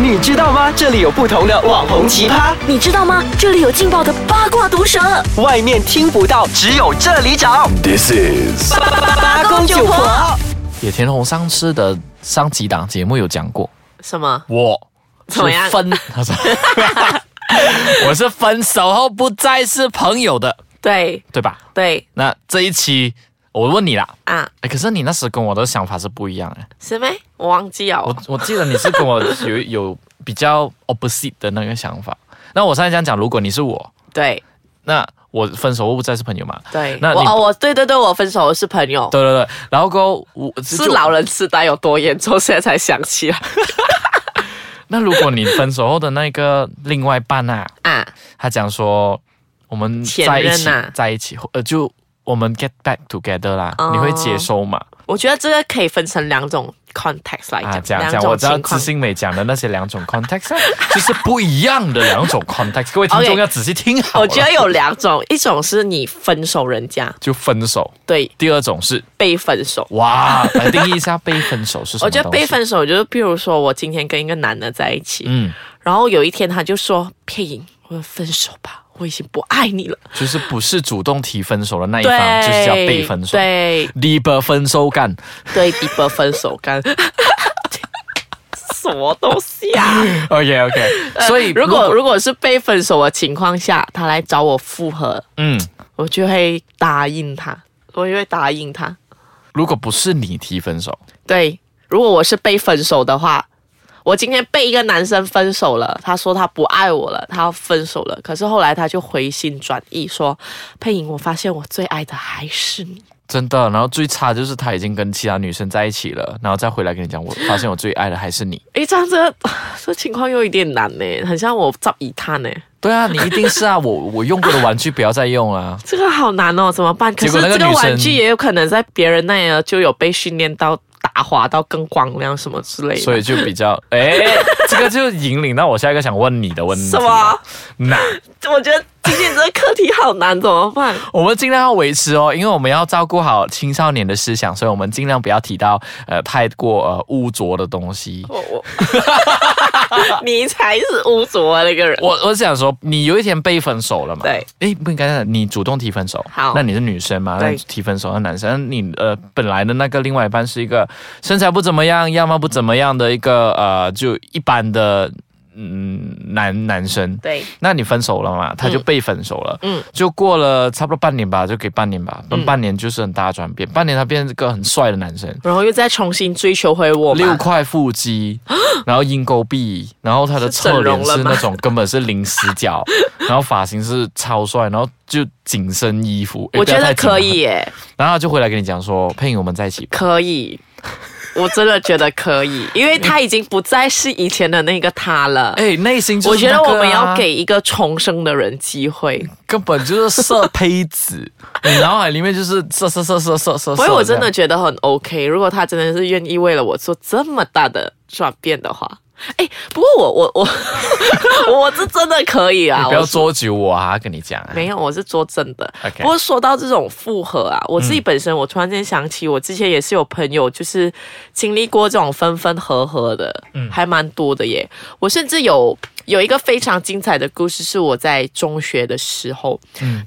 你知道吗？这里有不同的网红奇葩，你知道吗？这里有劲爆的八卦毒舌，外面听不到，只有这里找。 This is 八八八公九婆野田红上次的上几档节目有讲过，什么？我怎么样是分， 他说我是分手后不再是朋友的，对对吧？对那这一期我问你啦，啊，哎，可是你那时跟我的想法是不一样的，是没？我忘记了我我记得你是跟我有 有比较 opposite 的那个想法。那我上次这样讲，如果你是我，对那我分手后不再是朋友嘛？对，那我你哦，我对对对，我分手是朋友，对对对，然后过后我是就老人痴呆有多严重，现在才想起来那如果你分手后的那个另外一半 啊，啊。他讲说我们前在一任起，啊在一起，呃，就我们 get back together 啦，哦你会接受吗？我觉得这个可以分成两种 context 来啊，讲，讲哎两讲，我种知道情知况。心美讲的那些两种 context，啊 就是不一样的两种 context，各位听 OK 众要仔细听好了。我觉得有两种， 一种是你分手人家，就分手，对，第二种是被分手。哇，来定义一下被分手是什么？我觉得被，分手就是，譬如说我今天跟一个男的在一起，嗯，然后有一天他就说：“配音，我们分手吧，我已经不爱你了。就是不是主动提分手的那”一对方，，哎就是叫被分手。对 Liber 分手干，对，一波分手干， 什么东西啊？ OK OK，所 以呃如果如果是被分手的情况下，他来找我复合，嗯，我就会答应他，我就会答应他。如果不是你提分手，对，如果我是被分手的话，我今天被一个男生分手了，他说他不爱我了，他要分手了。可是后来他就回心转意说：“佩莹，我发现我最爱的还是你。真的，然后最差就是他已经跟其他女生在一起了，然后再回来跟你讲，我发现我最爱的还是你。”诶，这样这个这情况有一点难呢，很像我找一探呢。对啊，你一定是啊，我 我用过的玩具不要再用啊。这个好难哦，怎么办？结可是果那个这个女生玩具也有可能在别人那里呢就有被训练到打滑到更光亮什么之类的。啊所以就比较，哎，这个就引领到我下一个想问你的问题。什么？？那我觉得今天这个课题好难，怎 么办？我们尽量要维持哦，因为我们要照顾好青少年的思想，所以我们尽量不要提到呃太过呃污浊的东西。我我， 你才是污浊的那个人。我我想说，你有一天被分手了嘛？对，哎，不应该的，你主动提分手。好那你是女生嘛？那对你提分手，那男生，那你呃本来的那个另外一半是一个身材不怎么样、样貌不怎么样的一个呃就一般的嗯男男生。对那你分手了嘛？他就被分手了，嗯就过了差不多半年吧，就给半年吧，半年就是很大的转变，半年他变成一个很帅的男生，然后又再重新追求回我六嘛？块腹肌，然后鹰钩臂，然后他的侧脸是整容是了吗那种根本是零死角，然后发型是超帅，然后就紧身衣服，诶我觉哎不要太得紧了啊可以耶，然后他就回来跟你讲说，佩影我们在一起吧。可以。我真的觉得 可以，因为他已经不再是以前的那个他了。哎，内心就我是觉那得个啊我们要给一个重生的人机会，根本就是色胚子，你脑海里面就是色色色色色色。所以色我真这的样觉得很 OK。如果他真的是愿意为了我做这么大的转变的话，哎，不过我我我 我是真的可以啊，你不要我是捉急我啊，跟你讲啊，没有，我是说真的。 OK 嗯不过说到这种复合啊，我自己本身，我突然间想起，我之前也是有朋友就是经历过这种分分合合的，嗯还蛮多的耶。我甚至有有一个非常精彩的故事，是我在中学的时候，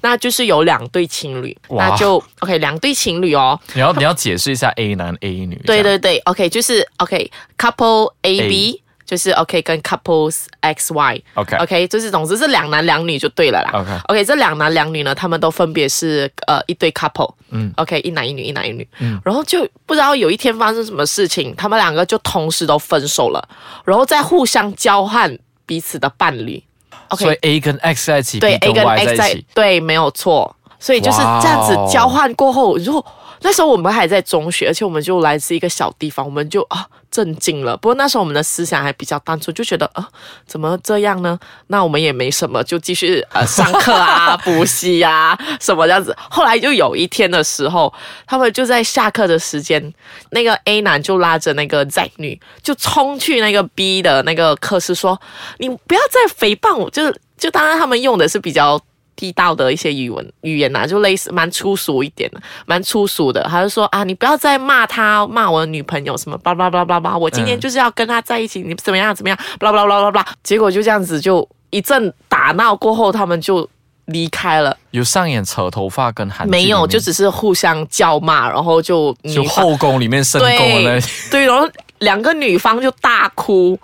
那就是有两对情侣，嗯哇那就 OK，两对情侣哦，你要你要解释一下 A 男 A 女。对这样对对，OK，就是 OK，couple A B。就是 OK 跟 couples X Y OK OK 就是总之是两男两女就对了啦 OK OK 这两男两女呢，他们都分别是呃一对 couple，嗯 OK 一男一女一男一女，嗯然后就不知道有一天发生什么事情，他们两个就同时都分手了，然后再互相交换彼此的伴侣，OK 所以 A 跟 X 在一起，对 B A 跟跟 Y X 在一在起。对，没有错。所以就是这样子哇哦交换过后，然后那时候我们还在中学，而且我们就来自一个小地方，我们就啊震惊了。不过那时候我们的思想还比较单纯，就觉得啊怎么这样呢？那我们也没什么，就继续呃上 课啊、补习啊什么这样子。后来就有一天的时候，他们就在下课的时间，那个 A 男就拉着那个 Z 女就冲去那个 B 的那个课室说：“你不要再诽谤我！”就是就当然他们用的是比较。地道的一些语文语言啊呐、就类似蛮粗俗一点的，蛮粗俗的。他就说啊，你不要再骂他，骂我的女朋友什么，巴拉巴拉巴拉巴拉，我今天嗯就是要跟他在一起，你怎么样怎么样，巴拉巴拉巴拉巴拉。结果就这样子就一阵打闹过后，他们就离开了，有上演扯头发跟韩剧没里有，面就只是互相叫骂，然后就就女方后宫里面 深宫的那对 对，然后两个女方就大哭，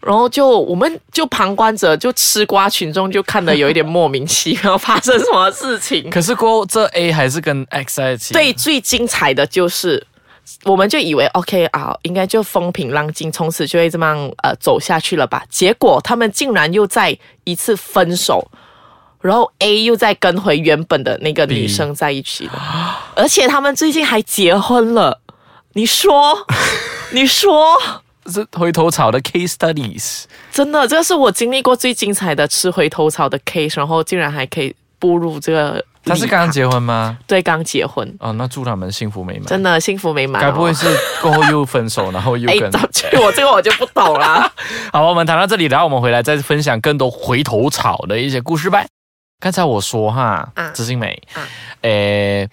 然后就我们就旁观者就吃瓜群众就看得有一点莫名其妙发生什么事 情。可是过后这 A 还是跟 X 在一起，对，，最精彩的就是。我们就以为 OK 啊，应该就风平浪静，从此就会这么样呃走下去了吧？结果他们竟然又在一次分手，然后 A 又再跟回原本的那个 B 女生在一起了，而且他们最近还结婚了。你说， 你说，是回头草的 case studies。真的，这是我经历过最精彩的吃回头草的 case，然后竟然还可以步入这个礼他堂。是刚结婚吗？对刚结婚，哦，那祝他们幸福美满。真的幸福美满、哦。该不会是过后又分手，然后又 哎跟？，早去我这个我就不懂啦。 好，我们谈到这里，然后我们回来再分享更多回头草的一些故事吧。刚才我说哈啊，知心美啊，诶、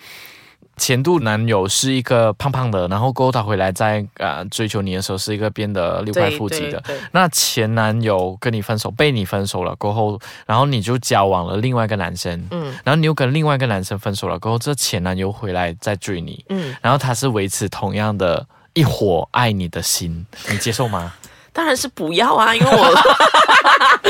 前度男友是一个胖胖的，然后过后他回来再啊、呃追求你的时候是一个变得六块对腹肌的。对对那前男友跟你分手，被你分手了过后，然后你就交往了另外一个男生，嗯然后你又跟另外一个男生分手了过后，这前男友回来再追你，嗯，然后他是维持同样的一伙爱你的心，你接受吗？当然是不要啊，因为我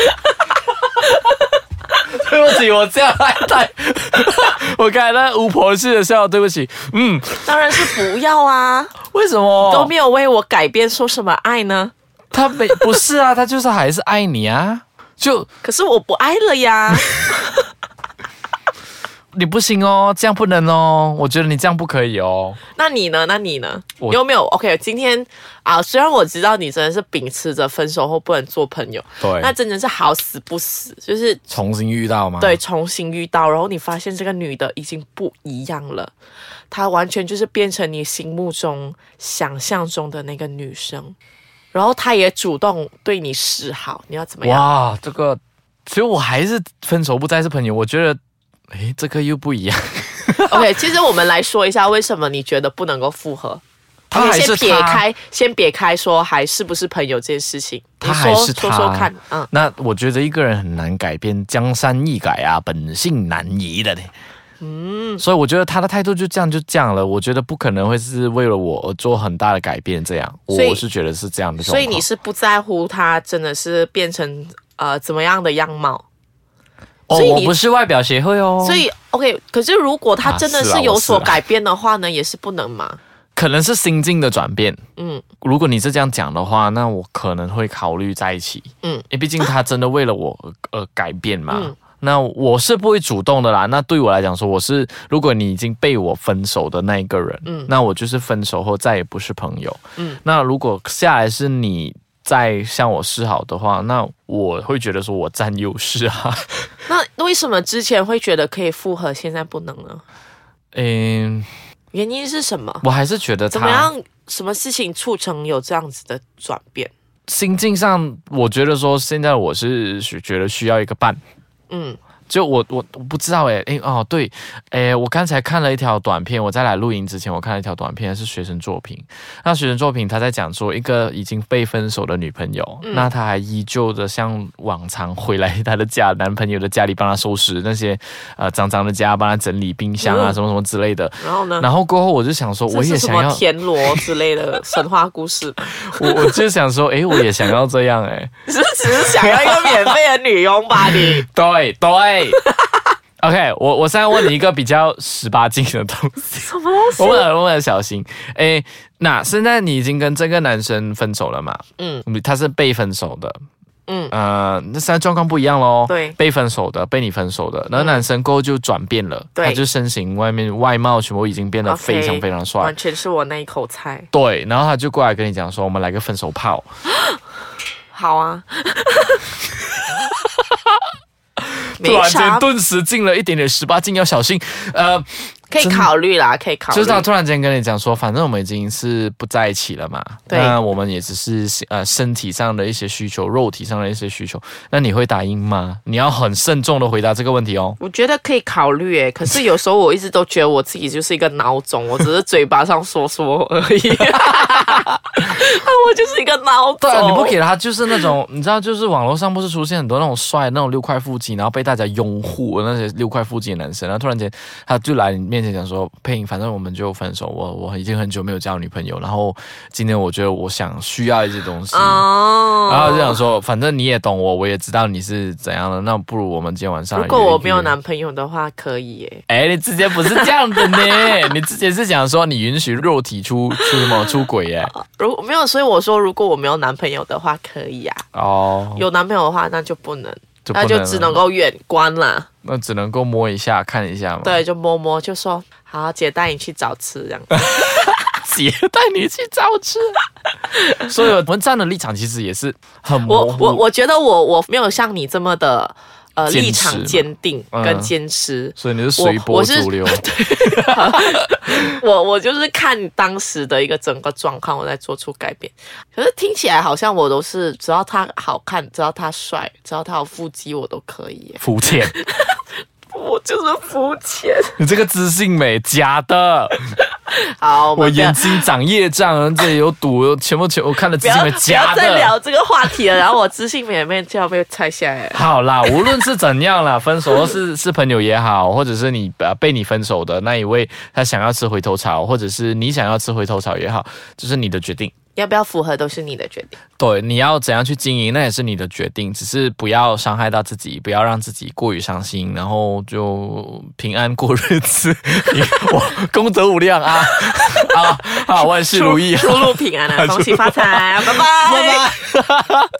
对不起，我这样太太， 我刚才那巫婆式的笑，对不起。嗯，当然是不要啊，为什么都没有为我改变，说什么爱呢？他没不是啊，他就是还是爱你啊，就可是我不爱了 呀，你不行哦，这样不能哦，我觉得你这样不可以哦。那你呢？那你呢？我你有没有 OK？今天啊，虽然我知道你真的是秉持着分手后不能做朋友，对那真的是好死不死，就是重新遇到吗？对，，重新遇到，然后你发现这个女的已经不一样了，她完全就是变成你心目中、想象中的那个女生，然后她也主动对你示好，你要怎么样？哇，这个，所以我还是分手不再是朋友，我觉得。诶，这个又不 一样， OK，其实我们来说一下，为什么你觉得不能够复合？他 OK，还是先撇他开，先撇开说还是不是朋友这件事情，你他还说是说他说看，嗯，那我觉得一个人很难改变，江山易改啊，本性难移的嘞。嗯，所以我觉得他的态度就这样就这样了，我觉得不可能会是为了我而做很大的改变，这样所以我是觉得是这样的状况。所以你是不在乎她真的是变成呃怎么样的样貌？哦，所以我你不是外表协会哦，所以 OK，可是如果他啊真的是啊是有我是所啊改变的话呢，也是不能嘛。可能是心境的转变。嗯，如果你是这样讲的话，那我可能会考虑在一起。嗯因为毕竟他真的为了我而而改变嘛。嗯那我是不会主动的啦。那对我来讲说，我是如果你已经被我分手的那一个人，嗯那我就是分手后再也不是朋友。嗯，那如果下来是你再向我示好的话，那我会觉得说我占优势啊。 那为什么之前会觉得可以复合，现在不能呢？嗯，原因是什么？我还是觉得怎么他样？什么事情促成有这样子的转变？心境上，我觉得说现在我是觉得需要一个伴。嗯就我我我不知道诶诶哦对，诶我刚才看了一条短片，我在来录音之前我看了一条短片是学生作品，那学生作品他在讲说一个已经被分手的女朋友，嗯那她还依旧的像往常回来她的家男朋友的家里帮她收拾那些呃脏脏的家，帮她整理冰箱啊嗯什么什么之类的。然后呢？然后过后我就想说，我这也是什想么要，田螺之类的神话 故事？我我就想说，诶，我也想要这样诶。只是只是想要一个免费的女佣吧你？对对。OK，我我现在问你一个比较十八禁的东西，什么东西我问了我问了小新，诶，那现在你已经跟这个男生分手了嘛？嗯，他是被分手的，嗯呃，那现在状况不一样喽。对被分手的，被你分手的，然后男生过后就转变了，对他就身形、外面外貌全部已经变得 OK，非常非常帅完全是我那一口菜。对，然后他就过来跟你讲说，我们来个分手炮，好 啊，突没然啥间顿时进了一点点十八禁，要小心。呃，可以真的考虑啦，可以考虑。就是他突然间跟你讲说，反正我们已经是不在一起了嘛，对那我们也只是呃身体上的一些需求，肉体上的一些需求，那你会答应吗？你要很慎重的回答这个问题哦。我觉得可以考虑诶，可是有时候我一直都觉得我自己就是一个孬 种，我只是嘴巴上说说而已。我就是一个孬种。对啊，你不给他就是那种，你知道，就是网络上不是出现很多那种帅那种六块腹肌，然后被大家拥护的那些六块腹肌的男生，然后突然间他就来你面前讲说，配音，反正我们就分手，我我已经很久没有交女朋友，然后今天我觉得我想需要一些东西，哦，然后就想说，反正你也懂我，我也知道你是怎样的，那不如我们今天晚上如果我没有约一约男朋友的话，可以耶。哎，你之前不是这样的呢，你之前是讲说你允许肉体出出什么出轨 耶？如没有，所以我说，如果我没有男朋友的话，可以啊。哦，有男朋友的话，那就不能，就不那能就只能了够远观啦。那只能够摸一下看一下嘛，，对，就摸摸，就说好，姐带你去找吃 这样。姐带你去找 吃。所以我们站的立场其实也是很模我糊。我我觉得我我没有像你这么的呃坚持立场坚定嗯跟坚持。所以你是随波逐 流，我我就是看当时的一个整个状况，我在做出改变。可是听起来好像我都是，只要他好看，只要他帅，只要他有腹肌，我都可以耶。肤浅。我就是肤浅。你这个自信美，假的！好，我我们不要眼睛长业障，然后这里有堵，有全部全我看了不自要信美，不假要再的。聊这个话题了，然后我知性美妹就要被拆下来了。好啦，无论是怎样啦， 分手或是是朋友也好，或者是你呃被你分手的那一位，他想要吃回头草，或者是你想要吃回头草也好，就是你的决定。要不要符合都是你的决定。对，你要怎样去经营，那也是你的决定，只是不要伤害到自己，不要让自己过于伤心，然后就平安过日子。 你我功德无量啊 啊啊！万事如意啊！ 出入平安啊，恭喜发财，拜拜，拜拜。